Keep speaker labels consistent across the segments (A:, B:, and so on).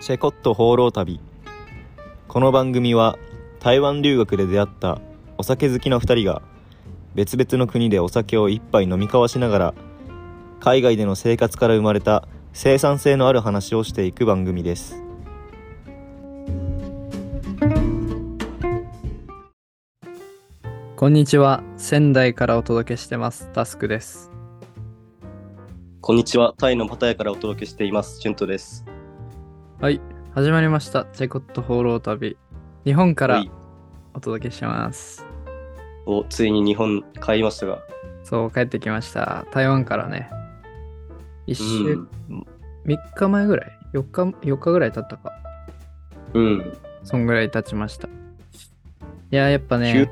A: チェコット放浪旅この番組は台湾留学で出会ったお酒好きの2人が別々の国でお酒を一杯飲み交わしながら海外での生活から生まれた生産性のある話をしていく番組です
B: こんにちは。仙台からお届けしてます。タスクです。
C: こんにちは。タイのパタヤからお届けしています。チュントです。
B: はい。始まりました。チェコット放浪旅。日本か
C: は
B: ら
C: い
B: お届けします。
C: お、ついに日本帰りましたが。
B: そう、帰ってきました。台湾からね。一
C: う
B: 週、
C: ん。
B: 3日前ぐらい ?4 日、4日ぐらい経ったか。
C: うん。
B: そんぐらい経ちました。いやー、やっぱ
C: 急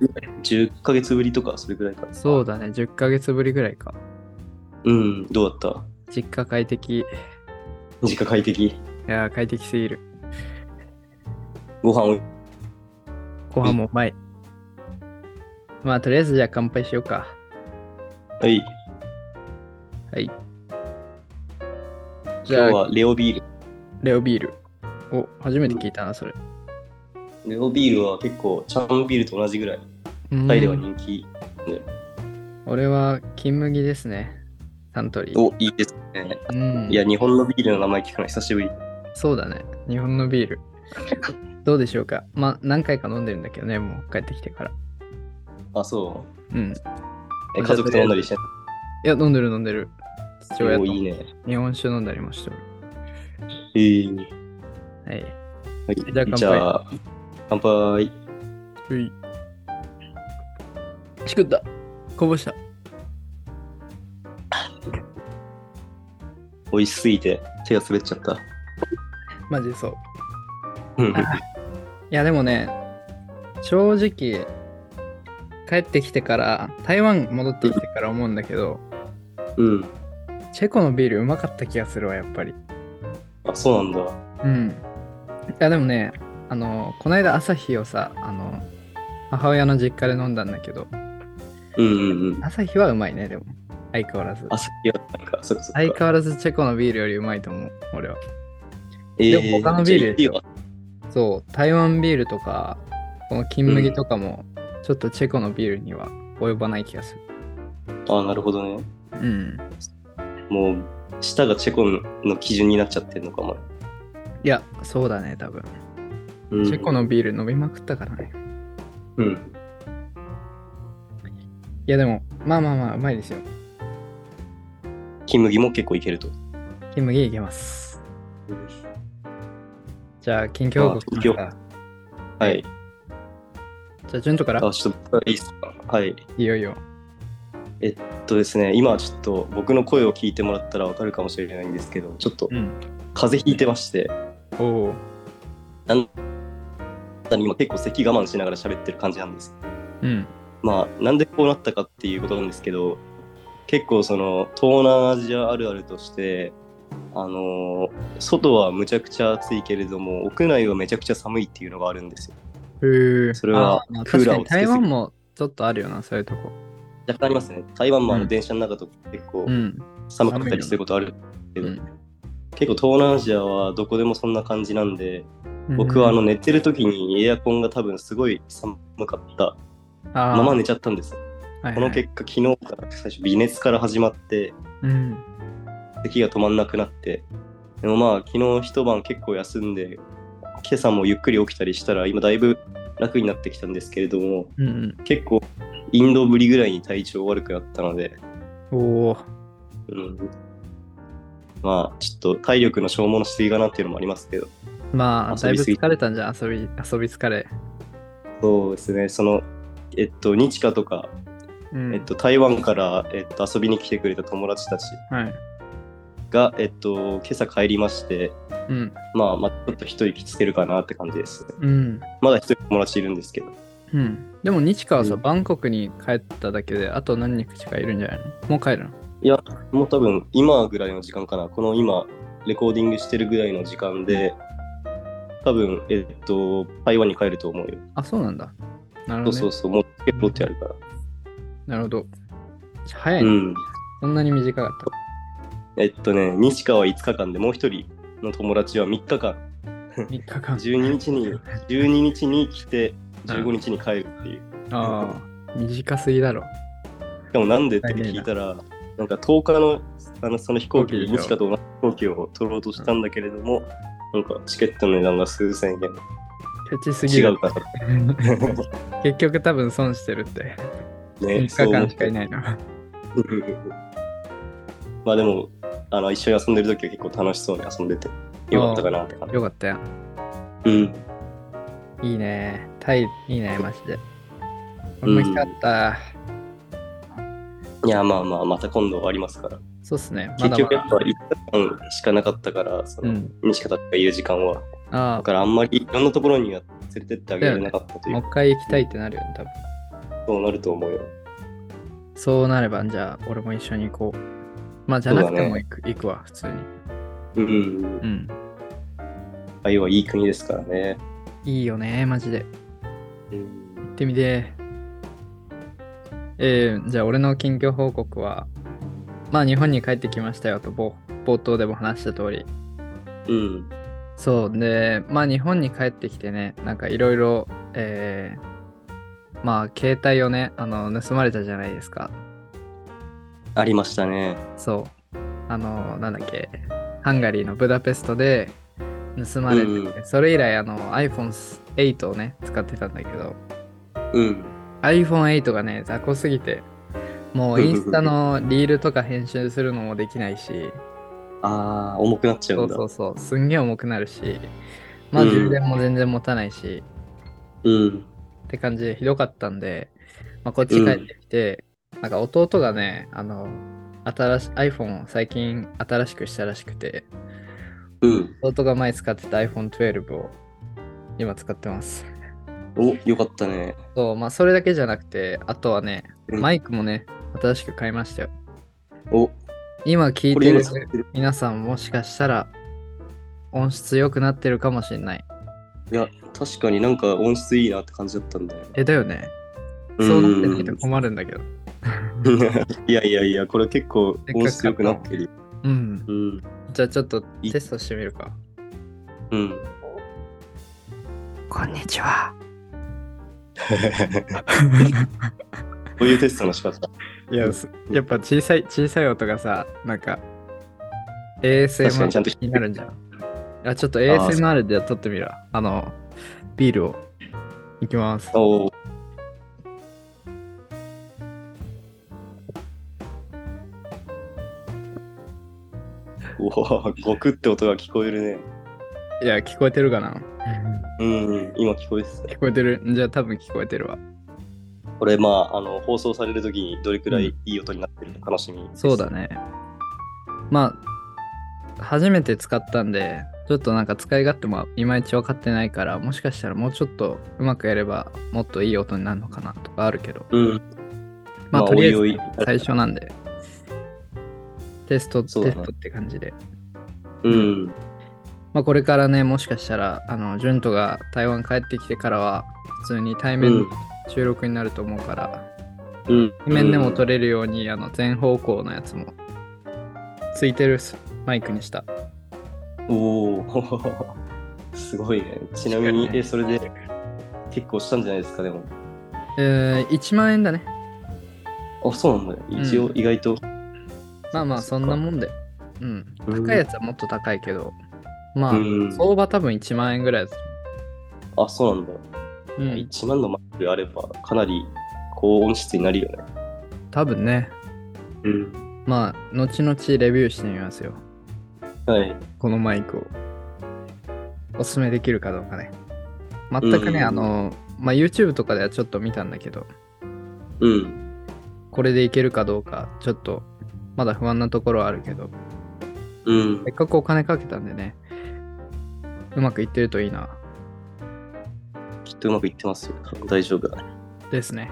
B: ね、
C: 10ヶ月ぶりとか、それぐらいか。
B: そうだね。10ヶ月ぶりぐらいか。
C: うん。どうだっ
B: 実家快適。い
C: た実家快適。
B: やー、快適すぎる。
C: ご飯を。
B: ご飯もうまい。まあ、とりあえずじゃあ乾杯しようか。
C: はい。
B: はい。
C: 今日はレオビール。
B: レオビール。お、初めて聞いたな、それ。
C: レオビールは結構、チャンビールと同じぐらい。タイでは人気。
B: 俺は金麦ですね。サントリー。
C: お、いいですね。
B: うん、
C: いや、日本のビールの名前聞くの久しぶり。
B: そうだね。日本のビール。 どうでしょうかまあ、何回か飲んでるんだけどね、もう帰ってきてから。
C: あ、そ。
B: うん。いう
C: え家族と飲んだりして
B: や、飲んでる飲んでる。父親
C: お
B: と
C: いいね。
B: 日本酒飲んだりもしてる。
C: えー
B: はい。じゃあ
C: は
B: 乾
C: い。
B: 杯
C: じゃあ、乾杯。
B: うい。しくった。こぼした。
C: 美味しすぎて、手が滑っちゃった。
B: マジでそう。
C: うん
B: いや、でもね、正直、帰ってきてから、台湾戻ってきてから思うんだけど、
C: うん。
B: チェコのビールうまかった気がするわ、やっぱり。
C: あ、そうなんだ。
B: うん。いや、でもね、あの、この間朝日をさ、あの、母親の実家で飲んだんだけど、
C: うんうんうん。
B: 朝日はうまいね、でも。相変わらず。
C: 朝日はなんか、そっかそっか。
B: 相変わらずチェコのビールよりうまいと思う、俺は。
C: え
B: でも他のビール
C: じゃあいいよ
B: そう、台湾ビールとか、この金麦とかも、ちょっとチェコのビールには及ばない気がする。
C: あ、なるほどね。
B: うん。
C: もう、舌がチェコの基準になっちゃってるのかも。
B: いや、そうだね、多分。
C: うん
B: チェコ。のビール飲みまくったからね。
C: うん。
B: いや、でも、まあまあまあ、うまいですよ。
C: 金麦も結構いけると。
B: 金麦いけます。じゃあ、近況報告しますか。
C: はい。
B: じゃあ、順とから
C: あ、ちょっと、いいっすか。はい。
B: いよいよ。
C: えっとですね、今ちょっと僕の声を聞いてもらったらわかるかもしれないんですけど、ちょっと
B: うん。
C: 風邪ひいてまして、
B: おお。
C: 今結構咳我慢しながら喋ってる感じなんです。
B: うん。
C: まあ、なんでこうなったかっていうことなんですけど結構その東南アジアあるあるとしてあのー外はむちゃくちゃ暑いけれども屋内はめちゃくちゃ寒いっていうのがあるんですよ
B: へえ。
C: それは
B: あまあ
C: クーラーを
B: 確
C: つ
B: かに
C: けすぎ
B: 台湾もちょっとあるよな、そういうとこ。
C: 若干ありますね台湾もあ
B: う
C: の
B: ん
C: 電車の中とか結構
B: うん。
C: 寒かったりすることあるけど、
B: うん
C: 結構東南アジアはどこでもそんな感じなんで僕はあの寝てる時にエアコンが多分すごい寒かった
B: あー、
C: まま寝ちゃったんです
B: はいはい
C: この結果昨日から最初微熱から始まって
B: うん。
C: 咳が止まんなくなってでもまあ昨日一晩結構休んで今朝もゆっくり起きたりしたら今だいぶ楽になってきたんですけれども
B: うん
C: 結構インドぶりぐらいに体調悪くなったので、
B: うん。おお。
C: うん、まあちょっと体力の消耗のしすぎかなっていうのもありますけど
B: まあ、
C: 遊
B: だい
C: び
B: ぶ
C: すぎ
B: 疲れたんじゃん、遊び、遊び疲れ。
C: そうですねそのえっと日華とか、
B: うん。
C: えっと、台湾から、えっと、遊びに来てくれた友達たち
B: はい。
C: が、えっと、今朝帰りまして
B: うん。
C: まあまあちょっと一息つけるかなって感じです
B: うん。
C: まだ一人友達いるんですけど
B: うん。でも、日川はさ、
C: うん
B: バンコクに帰っただけで、あと何日かいるんじゃないのもう帰るの
C: もう多分今ぐらいの時間かな、この今、レコーディングしてるぐらいの時間で、多分えっと、台湾に帰ると思うよ。
B: あ、そうなんだ。な
C: そう
B: るほど、ね。
C: そうそう、もうチケットってあるから。
B: なるほど。早い、
C: う
B: ね
C: ん。
B: そんなに短かっ
C: えっとね、西川は5日間でもう一人の友達は3日間
B: 3日間。
C: 12日に12日に来て15日に帰るっていう
B: ああ、短すぎだろ。
C: しかもなんでって聞いたらなんか10日のあのその飛行機
B: 飛行機でし
C: に
B: ょ
C: 日かと同じ飛行機を取ろうとしたんだけれども、なんかチケットの値段が数千円
B: ケチすぎ
C: 違
B: る
C: う。から
B: 結局多分損してるって。3
C: ね
B: 日
C: そう思っ
B: 間
C: て
B: しかいないな。
C: まあでもあの一緒に遊んでる時は結構楽しそうに遊んでてよかったかなって感じ
B: よかったよ。
C: うん
B: いいね。タイ、いいね、マジで。俺も行きたかった。
C: いやまあまあまた今度はありますから
B: そうっすね。ま
C: 結
B: だま
C: 局やっ
B: だ。
C: ぱ1日間しかなかったからその、
B: うん。
C: 西方がいる時間は
B: あ
C: だからあんまりいろんなところには連れてってあげられなかった
B: あ、
C: とい
B: も
C: う
B: う一回行きたいってなるよね、多分。
C: そうなると思うよ
B: そうなれば、じゃあ、俺も一緒に行こう。まあ、じゃなくて
C: そうだ
B: も行く,、行くわ、普通に。
C: うんうん
B: うん。
C: 台湾いい国ですからね
B: いいよね、マジで。
C: うん
B: 行ってみてえー、じゃあ俺の近況報告はまあ日本に帰ってきましたよと冒冒頭でも話した通り
C: うん
B: そうでまあ日本に帰ってきてねなんかいろいろえーまあ携帯をねあの盗まれたじゃないですか
C: ありましたね
B: そうあのなんだっけハンガリーのブダペストで盗まれてて、
C: うん
B: それ以来あの iPhone8 をね使ってたんだけど
C: うん
B: iPhone8 がね雑魚すぎてもうインスタのリールとか編集するのもできないし
C: ああ重くなっちゃ
B: そ
C: うん
B: う
C: だ
B: そうそうすんげえ重くなるしまあ
C: うん
B: 充電も全然持たないし、
C: うん
B: って感じでひどかったんで、まあ、こっち帰ってきて、なんか弟がねあの新し iPhone を最近新しくしたらしくて
C: うん
B: 弟が前使ってた iPhone12 を今使ってます
C: およかったね
B: そうまあそれだけじゃなくてあとはね
C: うん
B: マイクもね新しく買いましたよ
C: お
B: 今聞い
C: これ
B: て
C: 今
B: る
C: 使ってる
B: 皆さんもしかしたら音質良くなってるかもしれない。
C: いや確かになんか音質いいなって感じだったんだよね
B: え、だよね。そうなってないと困るんだけど。
C: うん いやいやいやこれ結構音質良くなってるよ
B: うん。
C: うん
B: じゃあちょっとテストしてみるか。
C: うん
B: こんにちは。
C: こういうテストの仕方
B: いや、すやっぱ小さい、小さい音がさ、なんか、ASMR
C: にちゃんと
B: になる んじゃん。あ、ちょっと
C: ー
B: ASMR で撮ってみる。あの、ビールを。いきます。
C: お おおーゴクって音が聞こえるね。
B: いや、聞こえてるかな
C: うん、うん、今聞こえてた。
B: 聞こえてる。じゃあ多分聞こえてるわ。
C: これ、まあ、あの、放送されるときにどれくらいいい音になってるのか楽しみです。
B: そうだね。まあ、初めて使ったんで、ちょっとなんか使い勝手もいまいち分かってないから、もしかしたらもうちょっとうまくやればもっといい音になるのかなとかあるけど、
C: うん。
B: まあ、
C: まあ
B: とりあえず
C: おいおい
B: ね最初なんで、テスト、テ
C: そうだね
B: ストって感じで。
C: うん。
B: まあ、これからね、もしかしたら、あの、ジュントが台湾帰ってきてからは、普通に対
C: う
B: 面
C: ん。
B: 収録になると思うから、
C: うん。
B: 対面でも撮れるように、あの、全方向のやつも、ついてるマイクにした。
C: うんおお。 すごいね。ちなみ
B: 確
C: に
B: か、にね
C: え、それで結構したんじゃないですか、でも。
B: えー、1万円だね。
C: あ、そうなんだ。一応、
B: うん
C: 意外と。
B: まあまあ、そ
C: そっ
B: ん
C: か
B: なもんで。うん。
C: うん
B: 高いやつはもっと高いけど、まあ、
C: うん
B: 相場多分1万円ぐらいです。
C: あ、そうなんだ。
B: うん。
C: 1万のマイクあればかなり高音質になるよね。
B: 多分ね。
C: うん。
B: まあ、後々レビューしてみますよ。
C: はい。
B: このマイクを。おすすめできるかどうかね。全くね、
C: うん
B: あの、まあ、YouTube とかではちょっと見たんだけど、
C: うん。
B: これでいけるかどうか、ちょっと、まだ不安なところはあるけど、
C: うん
B: せ。っかくお金かけたんでね、うまくいってるといいな。
C: きっとうまくいってますよ。大丈夫だね。
B: ですね。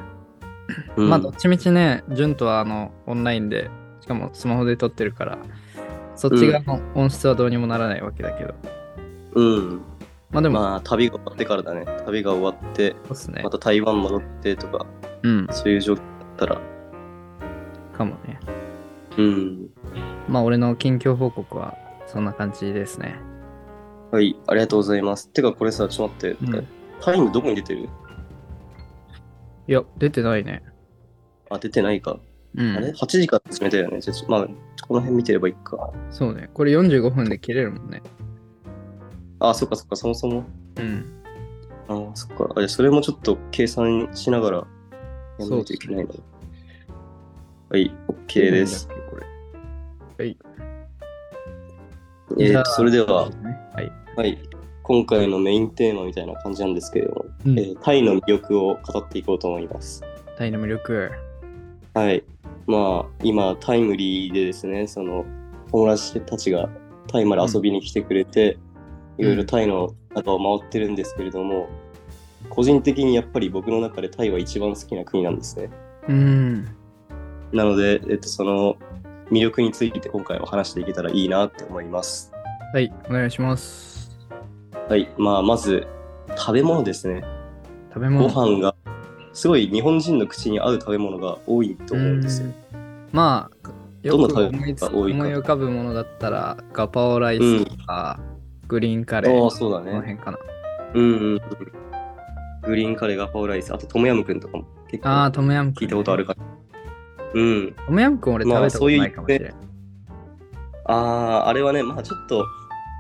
C: うん、
B: まあどっちみちね、純とはあのオンラインで、しかもスマホで撮ってるから、そっち側の音質はどうにもならないわけだけど、
C: うん。
B: まあでも、
C: まあ、旅が終わってからだね。旅が終わって、
B: そうっすね
C: ま。た台湾戻ってとか、
B: うん、
C: そういう状況だったら。
B: かもね。
C: うん。
B: まあ俺の近況報告はそんな感じですね。
C: はい、ありがとうございます。てか、これさ、ちょっと待って、
B: うん
C: タイムどこに出てる
B: いや、出てないね。
C: あ、出てないか。
B: うん。
C: あれ ?8 時から始めたよね。じゃあちょまあ、この辺見てればいいか。
B: そうね。これ45分で切れるもんね。
C: あ、そっかそっか、そもそも。
B: うん。
C: あ、そっか。あ、じゃあそれもちょっと計算しながらやらないといけないの。はい、OK です。
B: なんだっけ。これ
C: え
B: じゃ
C: ー
B: あ
C: と、それでは、
B: はい。
C: はい、今回のメインテーマみたいな感じなんですけれども、えータイの魅力を語っていこうと思います。
B: タイの魅力。
C: はい。まあ、今、タイムリーでですね、その、友達たちがタイまで遊びに来てくれて、
B: うん
C: いろいろタイの中を回ってるんですけれども、個人的にやっぱり僕の中でタイは一番好きな国なんですね。
B: うん。
C: なので、えっと、その魅力について今回は話していけたらいいなって思います。
B: はい。お願いします。
C: はい。まあ、まず、食べ物ですね。
B: 食べ
C: ご
B: 物。
C: 飯が、すごい日本人の口に合う食べ物が多いと思うんですよ。
B: うんまあ、よ
C: どんな
B: く
C: 食べ物
B: 思いつ
C: が多
B: 思
C: い
B: い
C: か
B: 浮かぶものだったら、ガパオライスとか、グリーンカレー、
C: ああ、
B: こ
C: そうだね。
B: の辺かな。
C: うんうんうん。グリーンカレーがパオライス、あとトムヤムクンとかも結
B: ああ、
C: 構
B: トムヤムク
C: 聞
B: ン、
C: いたことあるから。うん。
B: トムヤムクン俺食べたことないかもしれない。
C: ああ、あれはね、まあちょっと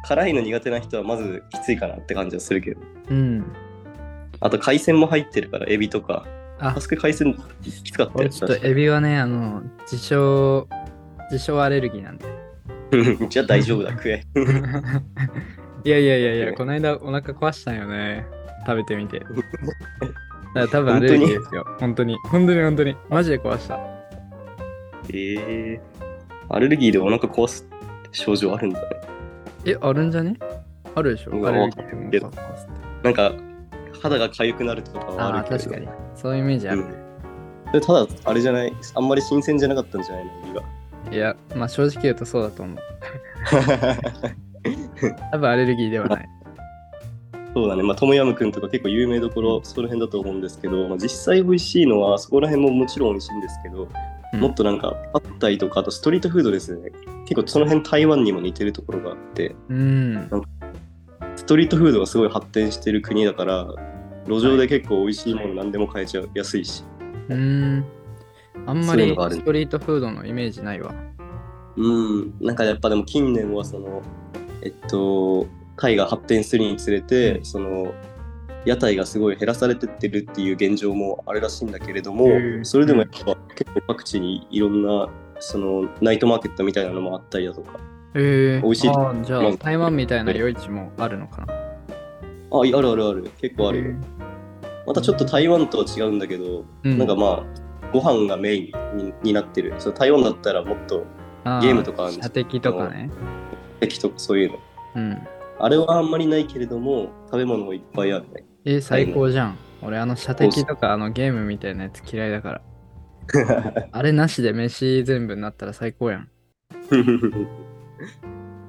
C: 辛いの苦手な人はまずきついかなって感じはするけど。
B: うん。
C: あと海鮮も入ってるから、エビとか。
B: あ
C: タスク海鮮きつかった
B: 俺
C: よ。
B: ちょっとエビはね、あの、自称、自称アレルギーなんで。
C: うんじゃあ大丈夫だ、食え。
B: いやいやいやい
C: ね
B: や、この間お腹壊したんよね。食べ てみて。だから多分アレルギーですよ。本当に。本当に本当に。マジで壊した。
C: ええアレルギーでお腹壊す症状あるんだね。
B: え、あるんじゃねあるでしょ
C: うわ
B: アレルギーでもさ
C: なんか、肌が痒くなるとかはあ
B: あ
C: る
B: ー
C: けれ
B: 確
C: ど。
B: かに。そういうイメージある。
C: うんでただ、あれじゃない、あんまり新鮮じゃなかったんじゃないの、エビが。
B: いや、まあ正直言うとそうだと思う。多分アレルギーではない。
C: そうだね、まあ、トムヤムクンとか結構有名どころ、その辺だと思うんですけど、まあ、実際美味しいのは、そこら辺ももちろん美味しいんですけど、
B: うん
C: もっとなんか、パッタイとか、あとストリートフードですね。結構その辺、台湾にも似てるところがあって、
B: うん。
C: ストリートフードがすごい発展してる国だから、路上で結構美味しいもの何でも買えちゃう、安いし。
B: うん。あんま
C: そういう
B: り
C: のがある
B: ストリートフードのイメージないわ。
C: うん、なんかやっぱでも近年はその、えっと、タイが発展するにつれて、その、屋台がすごい減らされてってるっていう現状もあるらしいんだけれども、
B: へえ
C: それでもやっぱ結構各地にいろんな、その、ナイトマーケットみたいなのもあったりだとか、
B: えー、
C: 美味しい
B: あーじゃ
C: う
B: あ
C: ん
B: 台湾みたいな夜市もあるのかな。
C: あ、いあるあるある、結構あるよ。またちょっと台湾とは違うんだけど、
B: うん
C: なんかまあ、ご飯がメインにになってる。その台湾だったらもっと
B: あ
C: ゲームとかあるんです
B: 射的とかね。
C: 駅とかそういうの。
B: うん。
C: あれはあんまりないけれども、食べ物もいっぱいあるね。
B: えー、最高じゃん。俺、あの射的とかあのゲームみたいなやつ嫌いだから。 あれなしで飯全部になったら最高やん。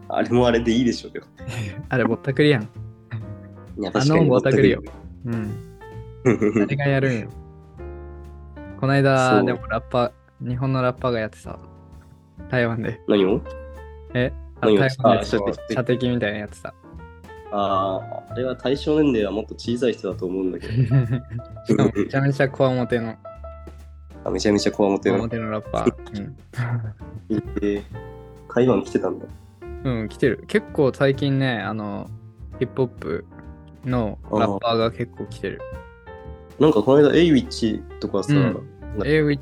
C: あれもあれでいいでしょうけど。
B: あれぼったくりやん。
C: いや
B: あのぼったくりよ。うん。 誰がやるんよ。こないだ、
C: そう
B: でもラッパ、日本のラッパがやってさ、台湾で。
C: 何を
B: あ
C: 何
B: 台
C: を
B: 湾で
C: あ
B: こう
C: 射的
B: 射的みたいなのや ってさ。
C: ああ、あれは対象年齢はもっと小さい人だと思うんだけど。
B: しかもめちゃめちゃこわもての、
C: あめちゃめちゃこわもて
B: こわ
C: の
B: も。てのラッパー。
C: えー台湾来てたんだ。
B: うん、うん、来てる。結構最近ね、あの、ヒップホップのラッパーが結構来てる。
C: なんかこの間、エイウィッチとかさ、
B: う
C: うんあ
B: A ウィッ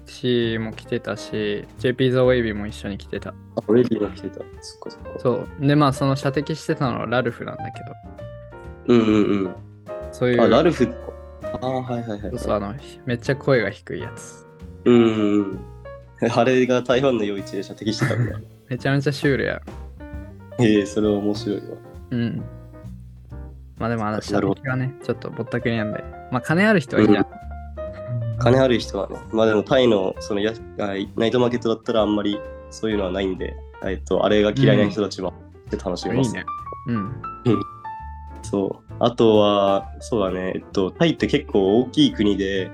B: チも来てたし、JP ザ・ウェイビーも一緒に来てた。
C: あ、レディが来てた。そっかそっか。
B: そう。で、まあ、その射的してたのはラルフなんだけ
C: うんうんうん。
B: ど、そういう、
C: あ、ラルフ。ああ、はいはいはい。
B: そうそうあの、めっちゃ声が低いやつ。
C: うんうんうん。あれが台湾の夜市で射的してたんだ。
B: めちゃめちゃシュールや。
C: ええそれは面白いわ。
B: うん。まあでも、あの、射
C: なるほど
B: 的はね、ちょっとぼったくりなんで。まあ、金ある人はいいや。
C: 金ある人はね、まあでもタイのそのやあナイトマーケットだったらあんまりそういうのはないんで、えっと、あれが嫌いな人たちは楽しめま
B: い
C: す、
B: いね。うん。
C: そう。あとは、そうだね、えっと、タイって結構大きい国で、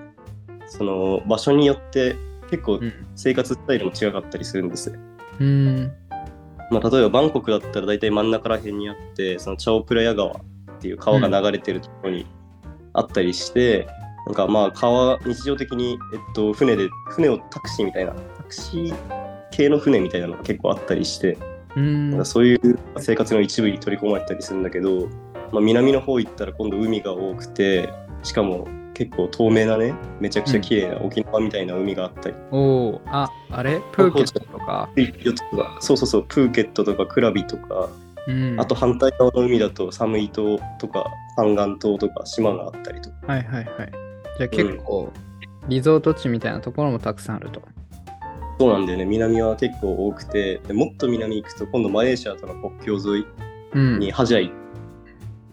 C: その場所によって結構
B: うん。
C: 生活スタイルも違かったりするんですよ。
B: うん。
C: まあ、例えばバンコクだったら大体真ん中ら辺にあってそのチャオプラヤ川っていう川が流れてるところにあったりして、なんかまあ川日常的に、えっと、船で船をタクシーみたいなタクシー系の船みたいなのが結構あったりして、
B: う
C: なん
B: ー
C: か
B: ん。
C: そういう生活の一部に取り込まれたりするんだけど、まあ、南の方行ったら今度海が多くてしかも結構透明なねめちゃくちゃ綺麗な沖縄みたいな海があったり、
B: おーあ、あれプーケットとか。
C: 四つとかそうそうそうプーケットとかクラビとか
B: うん。
C: あと。反対側の海だとサムイ島とか半岸島とか島があったりとか
B: はいはいはい。じゃあ結構、リゾート地みたいなところもたくさんあると。
C: そうなんだよね南は結構多くてでもっと南行くと今度マレーシアとの国境沿い
B: うん。
C: にハジャイ、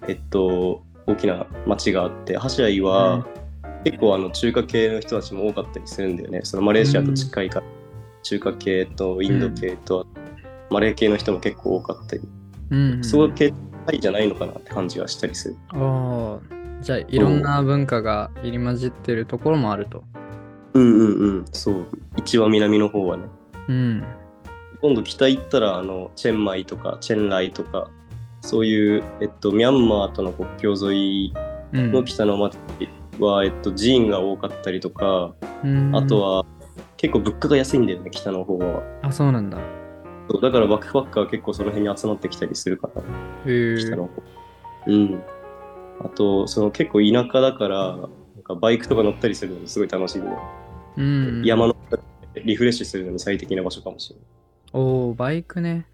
C: えっと大きな町があってハジャイは結構あの中華系の人たちも多かったりするんだよねそのマレーシアと近いから、中華系とインド系と、マレー系の人も結構多かったり
B: うんうん。
C: すごい系いじゃないのかなって感じがしたりする。
B: ああ。じゃあいろんな文化が入り混じってるところもあると。
C: うんうんうんそう一番南の方はね
B: うん。
C: 今度北行ったらあのチェンマイとかチェンライとかそういう、えっと、ミャンマーとの国境沿い
B: うん
C: の北の町は、えっと、寺院が多かったりとか
B: うん
C: あとは結構物価が安いんだよね北の方は
B: あ、そうなんだ。へ
C: そうだからバックパッカーは結構その辺に集まってきたりするかな
B: え。
C: 北の方うんあとその結構田舎だからなんかバイクとか乗ったりするのもすごい楽しいね、
B: うん。
C: 山の中でリフレッシュするのに最適な場所かもしれない
B: おおバイクね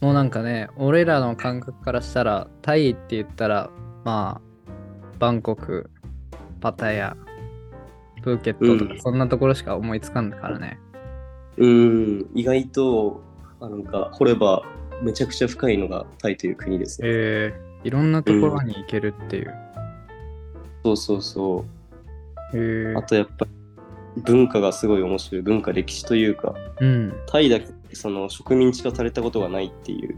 B: もうなんかね俺らの感覚からしたらタイって言ったらまあバンコクパタヤプーケットと
C: う
B: か
C: ん
B: そんなところしか思いつかんからね、
C: うん、意外と、あなんか、掘れば、めちゃくちゃ深いのがタイという国ですね。
B: ええいろんなところに行けるっていう、
C: そうそうそ
B: へえ
C: う。あと、やっぱり、文化がすごい面白い。文化、歴史というか、
B: うん
C: タイだけ、その、植民地化されたことがないっていう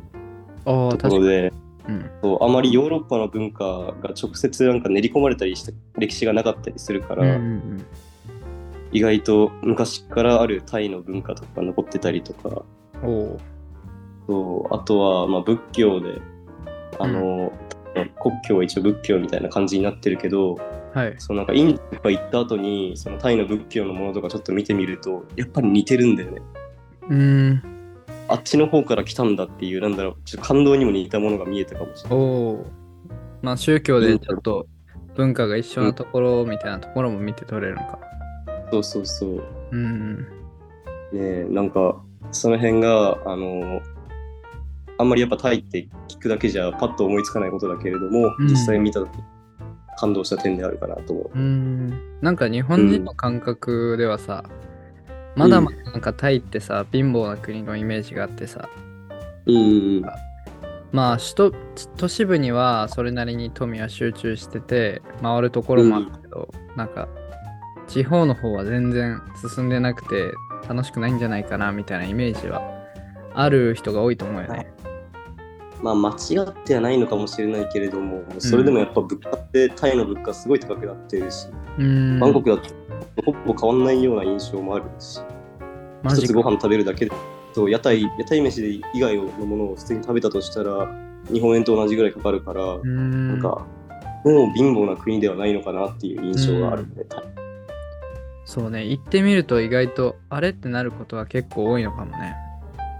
B: ああ
C: と
B: 確か
C: ころ
B: に、
C: で、
B: うん、
C: そうあまりヨーロッパの文化が直接なんか練り込まれたりした歴史がなかったりするか
B: うん
C: ら、
B: うん
C: 意外と昔からあるタイの文化とか残ってたりとか、
B: うんおー
C: そうあとは、まあ、仏教であの、国教は一応仏教みたいな感じになってるけど
B: はい
C: そうなんかインドとか行った後にそのタイの仏教のものとかちょっと見てみるとやっぱり似てるんだよね
B: うん
C: あっちの方から来たんだっていうなんだろうちょっと感動にも似たものが見えたかもしれない
B: おおまあ宗教でちょっと文化が一緒なところみたいなところも見て取れるのか
C: そうそうそうね
B: うん
C: えなんかその辺があのあんまりやっぱタイって聞くだけじゃパッと思いつかないことだけれども、
B: うん
C: 実際見た時感動した点であるかなと思う
B: うーんなんか日本人の感覚ではさ、まだまだなんかタイってさ貧乏な国のイメージがあってさ
C: うん
B: まあ首都都市部にはそれなりに富は集中してて回るところもあるけど、なんか地方の方は全然進んでなくて楽しくないんじゃないかなみたいなイメージはある人が多いと思うよね。
C: まあ、間違ってはないのかもしれないけれども、それでもやっぱ物価ってタイの物価すごい高くなってるし、
B: うーん
C: バンコクだってほぼ変わんないような印象もあるし、
B: マ
C: 一
B: ジ
C: つ
B: か
C: ご飯食べるだけで、そう屋台屋台飯で以外のものを普通に食べたとしたら、日本円と同じぐらいかかるから、
B: うーん
C: なんか、もう貧乏な国ではないのかなっていう印象があるね、タイ
B: そうね行ってみると意外とあれってなることは結構多いのかもね。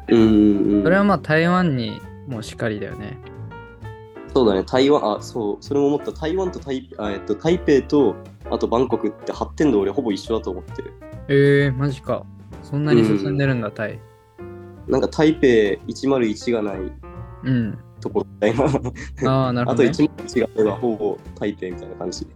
C: うんうん
B: それはまあ台湾にもしかりだよね。
C: そうだね、台湾、あ、そう、それも思った、台湾と台あ、えっと、台北と、あとバンコクって発展度俺ほぼ一緒だと思ってる。
B: えー、マジか。そんなに進んでるんだ、タイ。
C: なんか台北101がない
B: うん。
C: とこみたいな。
B: あ あ、なる
C: あ
B: ほ
C: と
B: ど、ね。
C: 101があればほぼ台北みたいな感じ。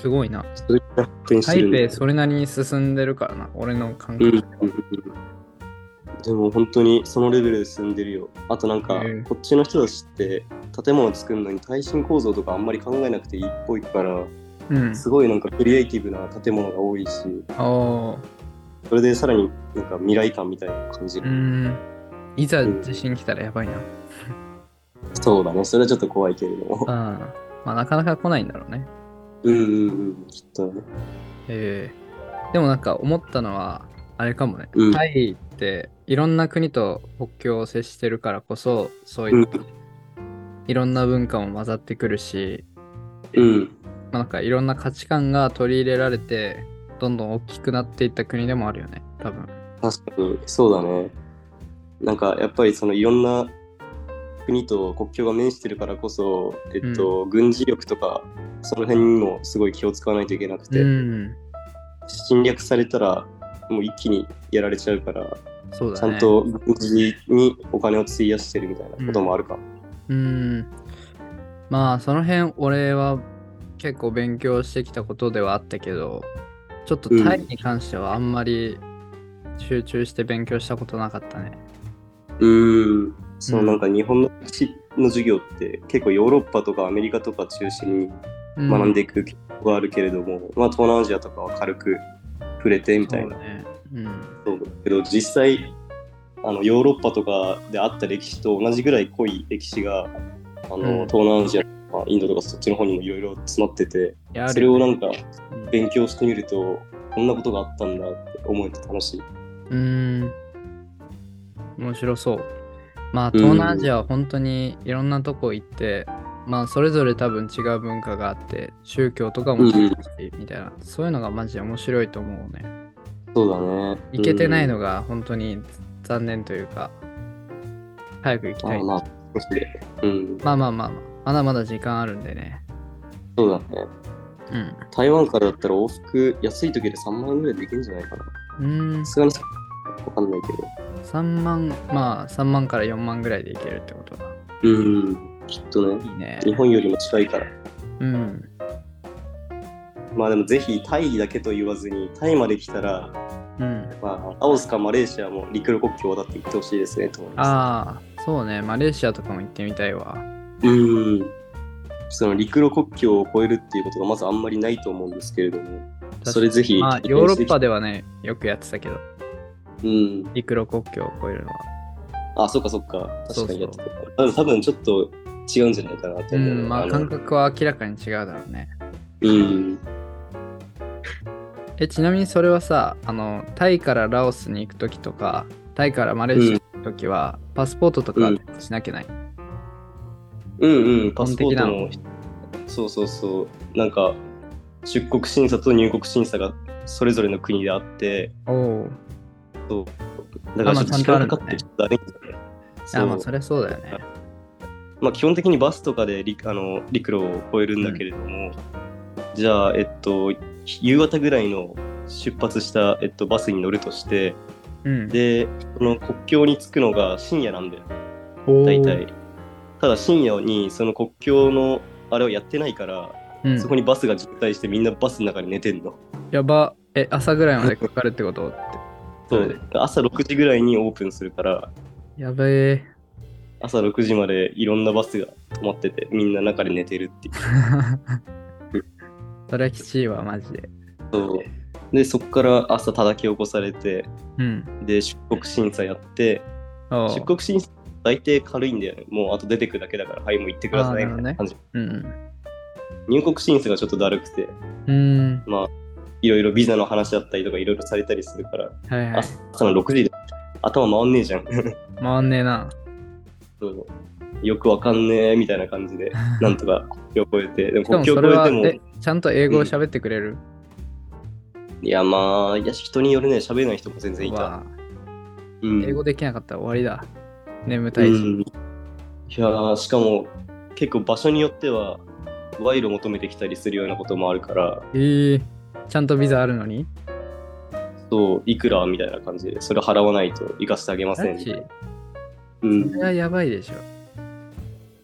B: すごいな。
C: それが発展して
B: 台
C: るんだ
B: 北、それなりに進んでるからな、俺の感
C: うん
B: 覚で
C: うんうんでも本当にそのレベルで進んでるよ。あとなんか
B: へえ
C: こっちの人たちって建物作るのに耐震構造とかあんまり考えなくていいっぽいから
B: は。うん。
C: すごいなんかクリエイティブな建物が多いし
B: ああ、
C: それでさらになんか未来感みたいなのを感じ
B: う
C: る、
B: ん。いざ地震来たらやばいな。
C: そうだねそれはちょっと怖いけれども
B: あん。まあ、なかなか来ないんだろうね。
C: うんうんうんきっとね
B: えー、でもなんか思ったのは、あれかもね。
C: うん
B: タイっていろんな国と国境を接してるからこそそういういろんな文化も混ざってくるし、
C: うん。
B: まあなんかいろんな価値観が取り入れられてどんどん大きくなっていった国でもあるよね多分
C: 確かに、そうだね。なんか、やっぱりそのいろんな国と国境が面してるからこそ、えっと、軍事力とか、その辺にもすごい気を使わないといけなくて、
B: うん
C: 侵略されたら、もう一気にやられちゃうから、
B: そう
C: ち
B: だ
C: ゃ
B: ね
C: んと軍事にお金を費やしてるみたいなこともあるか。
B: うんまあその辺俺は結構勉強してきたことではあったけどちょっとタイに関してはあんまり集中して勉強したことなかったね。
C: うーん。その
B: うん
C: なんか日本の歴史の授業って結構ヨーロッパとかアメリカとか中心に
B: う
C: 学んでいく傾向があるけれども、まあ東南アジアとかは軽く触れてみたいな
B: そう。ねうん
C: そうだけど実際あのヨーロッパとかであった歴史と同じぐらい濃い歴史があの、
B: うん
C: 東南アジアとかインドとかそっちの方にもいろいろ詰まってて
B: いやあ
C: そ
B: る
C: れ
B: よ
C: を
B: ね
C: なんか勉強してみるとこんなことがあったんだって思えて楽しい。
B: うん面白そうまあ
C: うん
B: 東南アジアは本当にいろんなとこ行って、まあそれぞれ多分違う文化があって宗教とかも違うしみたいな、そういうのがマジで面白いと思うね
C: そうだね。
B: 行けてないのが本当に残念というか、早く行き
C: うん
B: たい
C: あまあ少しで。うん。
B: まあまあまあまあまだまだ時間あるんでね
C: そうだね。
B: うん
C: 台湾からだったら往復安い時で3万円ぐらいできるんじゃないかな。
B: うーん
C: さすがにわかんないけど。
B: 3万まあ3万から4万ぐらいで行けるってことだ
C: うん。きっとね。
B: いいね
C: 日本よりも近いから。
B: うん
C: まあでもぜひタイだけと言わずにタイまで来たら、
B: うん
C: まあ、アオスかマレーシアも陸路国境を渡って行ってほしいですねと思いま
B: ああそうねマレーシアとかも行ってみたいわ
C: す。うん。その陸路国境を越えるっていうことがまずあんまりないと思うんですけれども、それぜひ
B: まあヨーロッパではねよくやってたけど
C: うん。
B: 陸路国境を越えるのは
C: あ、そっかそっか。確かにやってた。
B: そ
C: 多分多分ちょっと違うんじゃないかなって
B: う
C: 思う。
B: んまあ
C: の
B: 感覚は明らかに違うだろうね
C: うん。
B: えちなみにそれはさあのタイからラオスに行く時とかタイからマレーシアに行く時は、パスポートとかしなきゃない、
C: うんうん、パス
B: 本
C: ポ
B: 的
C: ー
B: な
C: ト
B: の
C: も、そうそうそう、なんか、出国審査と入国審査がそれぞれの国であって、
B: おお
C: そうだからちょっと時間かかってちょっとあれんだよね
B: あまあそ
C: そう
B: れはそうだよね
C: まあ基本的にバスとかで陸あの陸路を越えるんだけれども、じゃあ、えっと、夕方ぐらいの出発した、えっと、バスに乗るとして、
B: うん
C: で、この国境に着くのが深夜なんだよ。
B: おー
C: 大体ただ深夜にその国境のあれをやってないから、
B: うん
C: そこにバスが渋滞してみんなバスの中に寝てんの
B: やばえ朝ぐらいまでかかるってことって
C: そ
B: それ
C: う朝6時ぐらいにオープンするから
B: やべえ
C: 朝6時までいろんなバスが止まっててみんな中で寝てるっていう
B: それはきちいわマジで
C: そうでそこから朝叩き起こされて
B: うん
C: で出国審査やって
B: おう
C: 出国審査大体軽いんだよねもうあと出てくだけだからはいもう行ってくださいみたいな感じ、
B: うん
C: 入国審査がちょっとだるくて
B: うん
C: いろいろビザの話だったりとかいろいろされたりするから
B: はいはい
C: 朝の6時で頭回んねえじゃん
B: 回んねえな
C: そうよくわかんねえみたいな感じでなんとか国境を越えてでも
B: しか
C: 国境を
B: もそれ
C: 越え
B: は
C: ても
B: えちゃんと英語を喋ってくれる、
C: いやまあいや人によるね喋れない人も全然いた、
B: わあ
C: うん、
B: 英語できなかったら終わりだ眠
C: う
B: たいし、
C: んいやーしかも結構場所によっては賄賂求めてきたりするようなこともあるから
B: ええちゃんとビザあるのに
C: そういくらみたいな感じでそれ払わないと行かせてあげません
B: マジ
C: うん
B: それはやばいでしょ。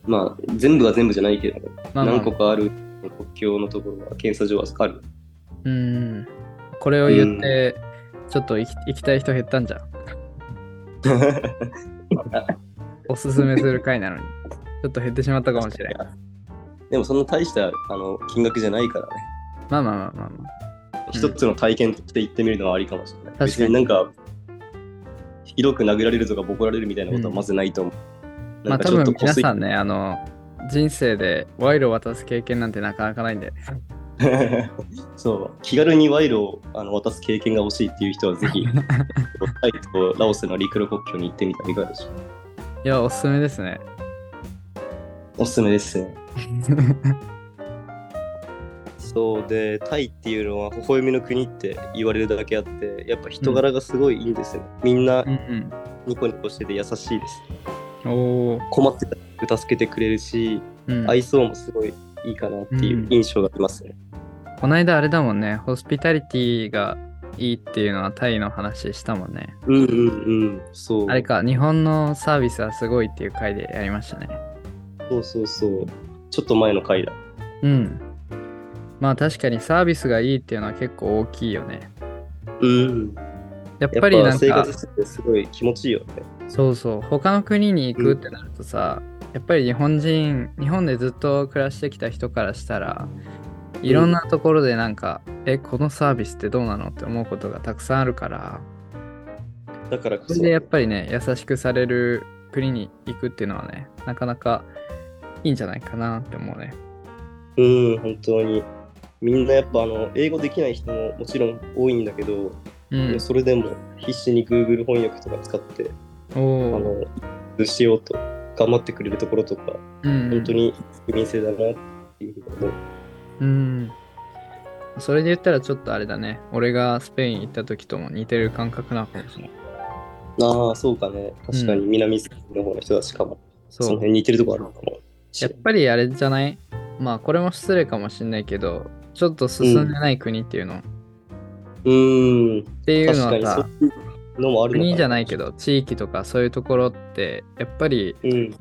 C: まあ全部が全部じゃないけど、
B: まあ、まあ
C: 何個かある国境のところは検査所はある
B: うん。これを言って、ちょっと行き行きたい人減ったんじゃん。 おすすめする回なのに。ちょっと減ってしまったかもしれん。
C: でもそんな大したあの金額じゃないからね
B: まあまあまあまあまあ。
C: 一つの体験として行ってみるのはありかもしれない。
B: かに
C: 別になんか、ひどく殴られるとかボコられるみたいなことはまずないと思う。な
B: まあ
C: んか
B: 多
C: ちょっ
B: 分
C: とこ
B: 皆
C: すい
B: さんね、あの、人生で賄賂を渡す経験なんてなかなかないんで。
C: そう気軽に賄賂をあの渡す経験が欲しいっていう人はぜひ タイとラオスの陸路国境に行ってみたらいかがでしょうか
B: いや、おすすめで すね。
C: おすすめですねそうでタイっていうのは微笑みの国って言われるだけあってやっぱ人柄がすごいいいんですよね、みんな
B: うん
C: ニコニコしてて優しいです
B: うん。おー。
C: 困ってたら助けてくれるし、
B: うん、
C: 愛想もすごいいいかなっていう印象がありますね、
B: この間あれだもんね、ホスピタリティがいいっていうのはタイの話したもんね。
C: うんうんうん、そう。
B: あれか、日本のサービスはすごいっていう回でやりましたね。
C: そうそうそう。ちょっと前の回だ。
B: うん。まあ確かにサービスがいいっていうのは結構大きいよね。
C: うん。
B: やっ
C: やっ
B: ぱり
C: ぱ
B: なん
C: 生
B: か
C: 活、しててすごい気持ちいいよね。
B: そうそう、他の国に行くってなるとさ、やっぱり日本人、日本でずっと暮らしてきた人からしたら、いろんなところでなんか、え、このサービスってどうなのって思うことがたくさんあるから、
C: だからこ
B: そ
C: そ。
B: れでやっぱりね、優しくされる国に行くっていうのはね、なかなかいいんじゃないかなって思うね。
C: うん、本当に。みんなやっぱあの英語できない人ももちろん多いんだけど、
B: うん。
C: それでも必死に Google 翻訳とか使って、あ
B: おお。
C: の、しようと頑張ってくれるところとか、
B: うん
C: 本当に国民性だなっていうふうに思う。
B: うん。それで言ったらちょっとあれだね。俺がスペイン行った時とも似てる感覚なのかもしれない。
C: ああ、そうかね。確かに南スペインの方の人たちかも。そ
B: そ
C: の
B: う。
C: 辺似てるとこあるのかもし
B: やっ
C: れない。
B: ぱりあれじゃないまあこれも失礼かもしれないけど、ちょっと進んでない国っていうの、っ
C: うん、
B: ていう
C: 確
B: の
C: か
B: は
C: に
B: さ、
C: そういうのもあるのか
B: 国じゃないけど、地域とかそういうところって、やっぱり
C: うん、うん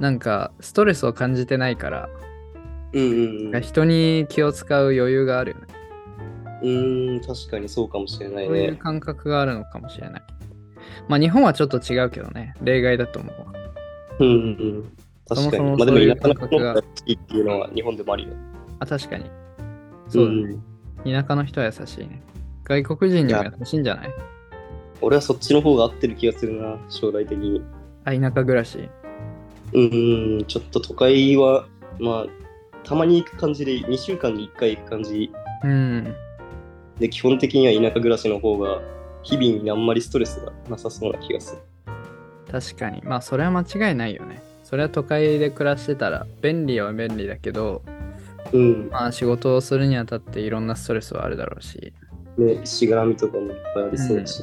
B: なんかストレスを感じてないから、
C: うんうん
B: 人に気を使う余裕があるよね。
C: うん確かにそうかもしれない
B: そういう
C: ね
B: 感覚があるのかもしれない。まあ日本はちょっと違うけどね。例外だと思うわ。
C: うんうん確か
B: そもそも
C: にまあ
B: そうい
C: で
B: う
C: も田舎の
B: 感覚が
C: 方がいいっていうのは日本でもあるよ
B: あ、確かに。そうだね。
C: ん
B: 田舎の人は優しいね。外国人にも優しいんじゃない
C: 俺はそっちの方が合ってる気がするな将来的に
B: あ、田舎暮らし。
C: うんうんちょっと都会はまあたまに行く感じで2週間に1回行く感じ
B: うん。
C: で基本的には田舎暮らしの方が日々にあんまりストレスがなさそうな気がする
B: 確かに。まあ、それは間違いないよね。それは都会で暮らしてたら便利は便利だけど、
C: うん
B: まあ仕事をするにあたっていろんなストレスはあるだろうし、
C: ねしがらみとかもいっぱいありそうだし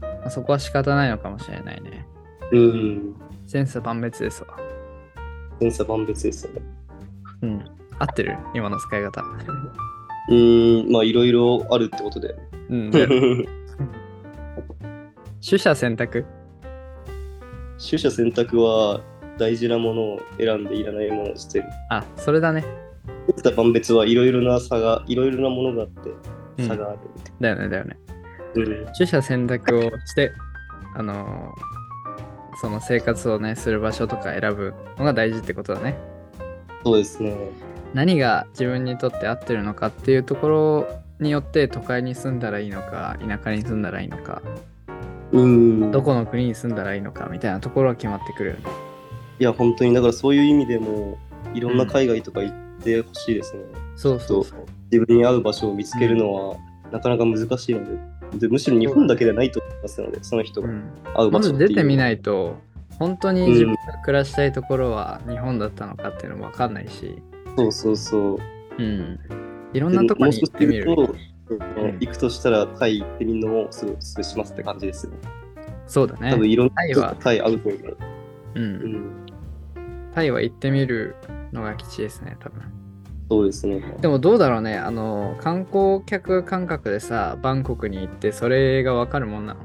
B: まあそこは仕方ないのかもしれないね。
C: うん
B: 千差万別ですわ。
C: 千差万別ですよね
B: うん。合ってる今の使い 方。
C: うーん、まあいろいろあるってことだよね。
B: うん。取捨選択
C: 取捨選択は大事なものを選んでいらないものを捨てる。
B: あ、それだね。
C: 捨てた万別はいろいろな差が、いろいろなものがあって、
B: うん
C: 差があ
B: だよね、だよね。
C: る。うん
B: 取捨選択をして、あのーその生活をね、する場所とか選ぶのが大事ってことだね。
C: そうですね。
B: 何が自分にとって合ってるのかっていうところによって都会に住んだらいいのか、田舎に住んだらいいのか、
C: うん。
B: どこの国に住んだらいいのかみたいなところが決まってくるよね。
C: いや、本当に、だからそういう意味でも、いろんな海外とか行ってほしいですね。
B: そうそうそう。
C: 自分に合う場所を見つけるのは、なかなか難しいのでで、むしろ日本だけではないと思いますので、その人
B: う
C: が
B: ん、
C: 合う
B: ま
C: 場所
B: ず
C: っていう。
B: 出てみないと、本当に自分が暮らしたいところは日本だったのかっていうのもわかんないし、
C: そうそうそう。
B: うん。いろんなところに行ってみる。
C: もう少し言うと
B: うん
C: 行くとしたらタイ行ってみるのもすごいおすすめしますって感じですよね。
B: そうだ
C: 多分
B: ね。
C: いろんな
B: タイ
C: 人
B: は
C: とタイ合うと思う。
B: う。
C: うんん、
B: タイは行ってみるのが吉ですね、多分。
C: そうですね。
B: でもどうだろうね、あの、観光客感覚でさ、バンコクに行って、それがわかるもんなの。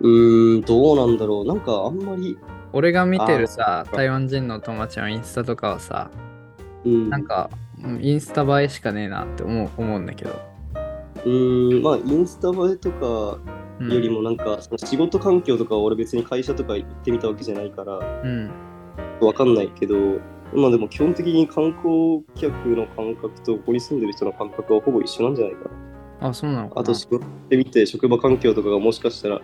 C: うーん、どうなんだろう。なんかあんまり、
B: 俺が見てる
C: あ
B: さ
C: ー、
B: 台湾人の友達のインスタとかはさ、
C: うん、
B: なんか、うんインスタ映えしかねえなって思う思うんだけど。
C: うーん、まあインスタ映えとか
B: うん
C: よりもなんか、その仕事環境とかは俺別に会社とか行ってみたわけじゃないから、
B: うん。
C: わかんないけど、まあでも基本的に観光客の感覚とここに住んでる人の感覚はほぼ一緒なんじゃないかな。
B: あ、そうなのかな
C: あと仕事で見て職場環境とかがもしかしたら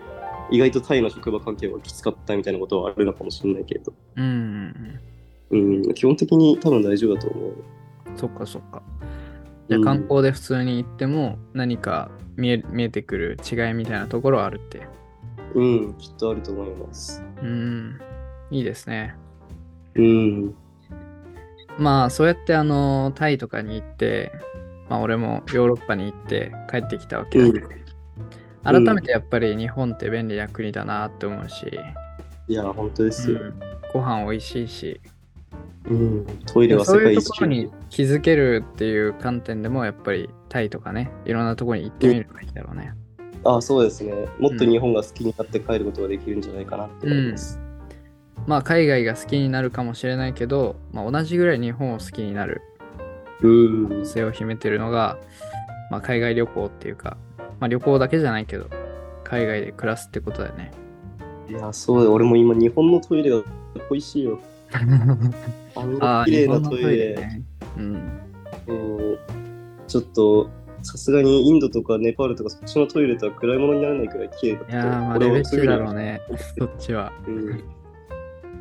C: 意外とタイの職場環境がきつかったみたいなことはあるのかもしれないけど、
B: うんうんうん。
C: うん、基本的に多分大丈夫だと思う。
B: そっかそっか。じゃ
C: う
B: あ
C: ん
B: 観光で普通に行っても何か見え見えてくる違いみたいなところはあるって。
C: うん、きっとあると思います。
B: うん、いいですね。
C: うん。
B: まあそうやってあのタイとかに行って、まあ俺もヨーロッパに行って帰ってきたわけだけど、
C: う
B: 改
C: ん
B: めてやっぱり日本って便利な国だなって思うし、
C: いや、本当ですよ。
B: ご飯美味しいし、
C: うん。トイレは
B: そ
C: 世
B: う
C: 界
B: いう
C: 一
B: ところに気づけるっていう観点でもやっぱりタイとかね、いろんなところに行ってみるのがいいだろうね。
C: あ、そうですね。もっと日本が好きになって帰ることができるんじゃないかなって思います。
B: まあ海外が好きになるかもしれないけど、まあ、同じぐらい日本を好きになる
C: うん。
B: 可能性を秘めてるのが、まあ、海外旅行っていうか、まあ、旅行だけじゃないけど海外で暮らすってことだ よね
C: いや、そうだよ。俺も今、日本のトイレが恋しいよ。あん
B: あ
C: な
B: あ
C: 綺
B: 日
C: 麗な
B: 本
C: ト
B: のト
C: イ
B: イ
C: レ
B: レ。ねうん
C: うんちょっと、さすがにインドとかネパールとかそっちのトイレとは比べ物にならないくらい綺麗だっ
B: い
C: た。
B: やーまあ
C: 俺
B: レベ
C: は
B: チ
C: すぐに
B: だろうねそっちは
C: うん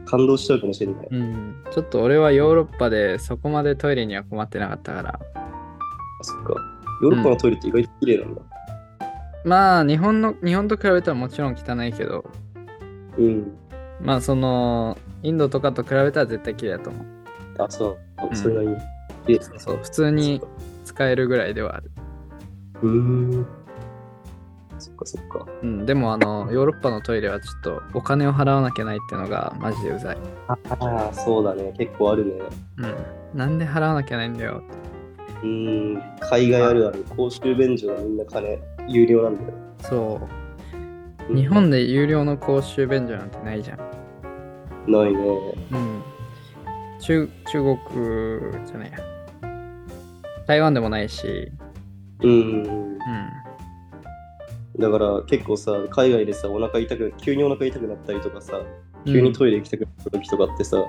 C: 感動しちゃうかもしれない。
B: うんちょっと俺はヨーロッパでそこまでトイレには困ってなかったから
C: あそっか。ヨーロッパのトイレって意外と綺麗なんだ。
B: まあ日本の日本と比べたらもちろん汚いけど
C: うん。
B: まあそのインドとかと比べたら絶対綺麗だと思う
C: あ、そう。
B: うん
C: それなりに綺麗。
B: そうそう普通に使えるぐらいではある、
C: うーん。そっかそっか。
B: うん、でもあのヨーロッパのトイレはちょっとお金を払わなきゃないっていうのがマジでうざい、
C: ああ、そうだね。結構あるね。
B: うん、なんで払わなきゃないんだよ
C: うーん。海外あるある。公衆便所はみんな金、有料なんだよ。
B: そ
C: うん
B: う日本で有料の公衆便所なんてないじゃん、
C: ないね。
B: うん、中中国じゃねえや台湾でもないし、
C: うん。
B: う
C: だから結構さ、海外でさ、お腹痛く、急にお腹痛くなったりとかさ、
B: ん、
C: 急にトイレ行きたくなった時とかってさ、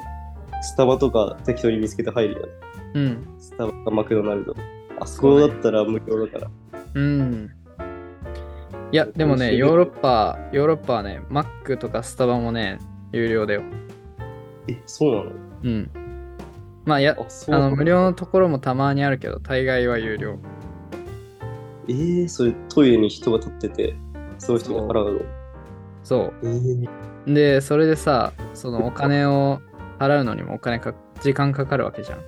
C: スタバとか適当に見つけて入るよね。
B: うん、
C: スタバかマクドナルド。あそこだったら無料だから。
B: うん、いやでもねヨーロッパヨーロッパはねマックとかスタバもね有料だよ
C: え、そうなの
B: うんまあいや
C: あ、そう
B: あ
C: な
B: の無料のところもたまにあるけど大概は有料
C: えー、それトイレに人が立ってて、その人が払うの。
B: そ
C: えー、
B: うでそれでさそのお金を払うのにもお金か時間かかるわけじゃん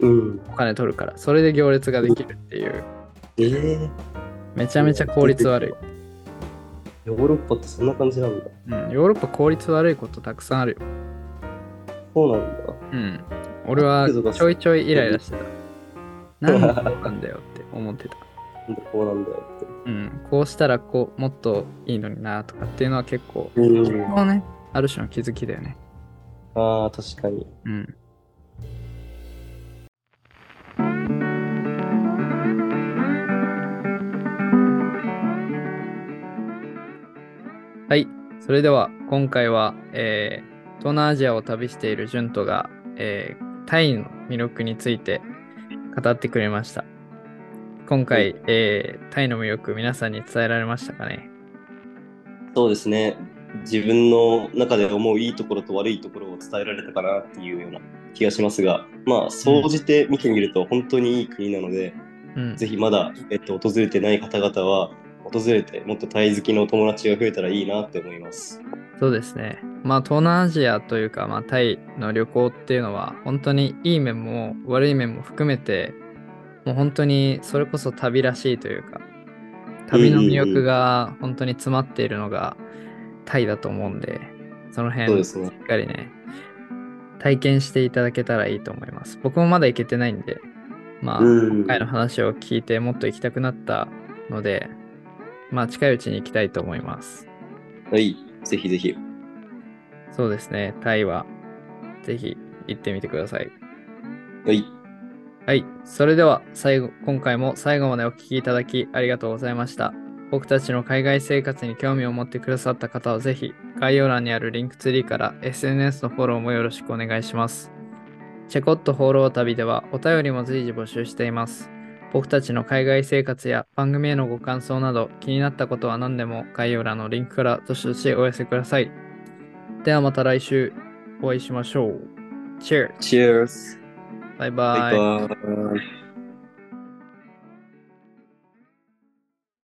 C: うん。
B: お金取るからそれで行列ができるっていう
C: えー、
B: めちゃめちゃ効率悪い、
C: ヨーロッパってそんな感じなんだ。
B: うん、ヨーロッパ効率悪いことたくさんあるよ
C: そうなんだ。
B: うん俺はちょいちょいイライラ してたなんでこうなんだよって思ってた
C: なんでこうなんだよって。
B: うんこうしたらこうもっといいのになとかっていうのは結構
C: うん。
B: もうねある種の気づきだよね
C: ああ、確かに。
B: うんはい、それでは今回は、えー東南アジアを旅しているジュントが、えータイの魅力について語ってくれました。今回、えータイの魅力皆さんに伝えられましたかね
C: そうですね。自分の中で思ういいところと悪いところを伝えられたかなっていうような気がしますが、まあ、総じて見てみると本当にいい国なので、
B: うん、
C: ぜひまだ、えっと、訪れてない方々は、訪れてもっとタイ好きのお友達が増えたらいいなって思います。
B: そうですね。まあ東南アジアというか、まあ、タイの旅行っていうのは本当にいい面も悪い面も含めてもう本当にそれこそ旅らしいというか旅の魅力が本当に詰まっているのがタイだと思うんでその
C: そうで
B: 辺し
C: すね。
B: っかりね体験していただけたらいいと思います。僕もまだ行けてないんでまあ、
C: うん
B: 今回の話を聞いてもっと行きたくなったのでまあ近いうちに行きたいと思います。
C: はい、ぜひぜひ。
B: そうですね、タイはぜひ行ってみてください。
C: はい、
B: はい、それでは最後今回も最後までお聞きいただきありがとうございました。僕たちの海外生活に興味を持ってくださった方はぜひ概要欄にあるリンクツリーから SNS のフォローもよろしくお願いします。チェコット放浪旅ではお便りも随時募集しています。僕たちの海外生活や番組へのご感想など気になったことは何でも概要欄のリンクからどしどしお寄せください。ではまた来週お会いしましょう。Cheers!
C: Cheers!
B: バイバ
C: バ
B: イ。
C: イバーイ。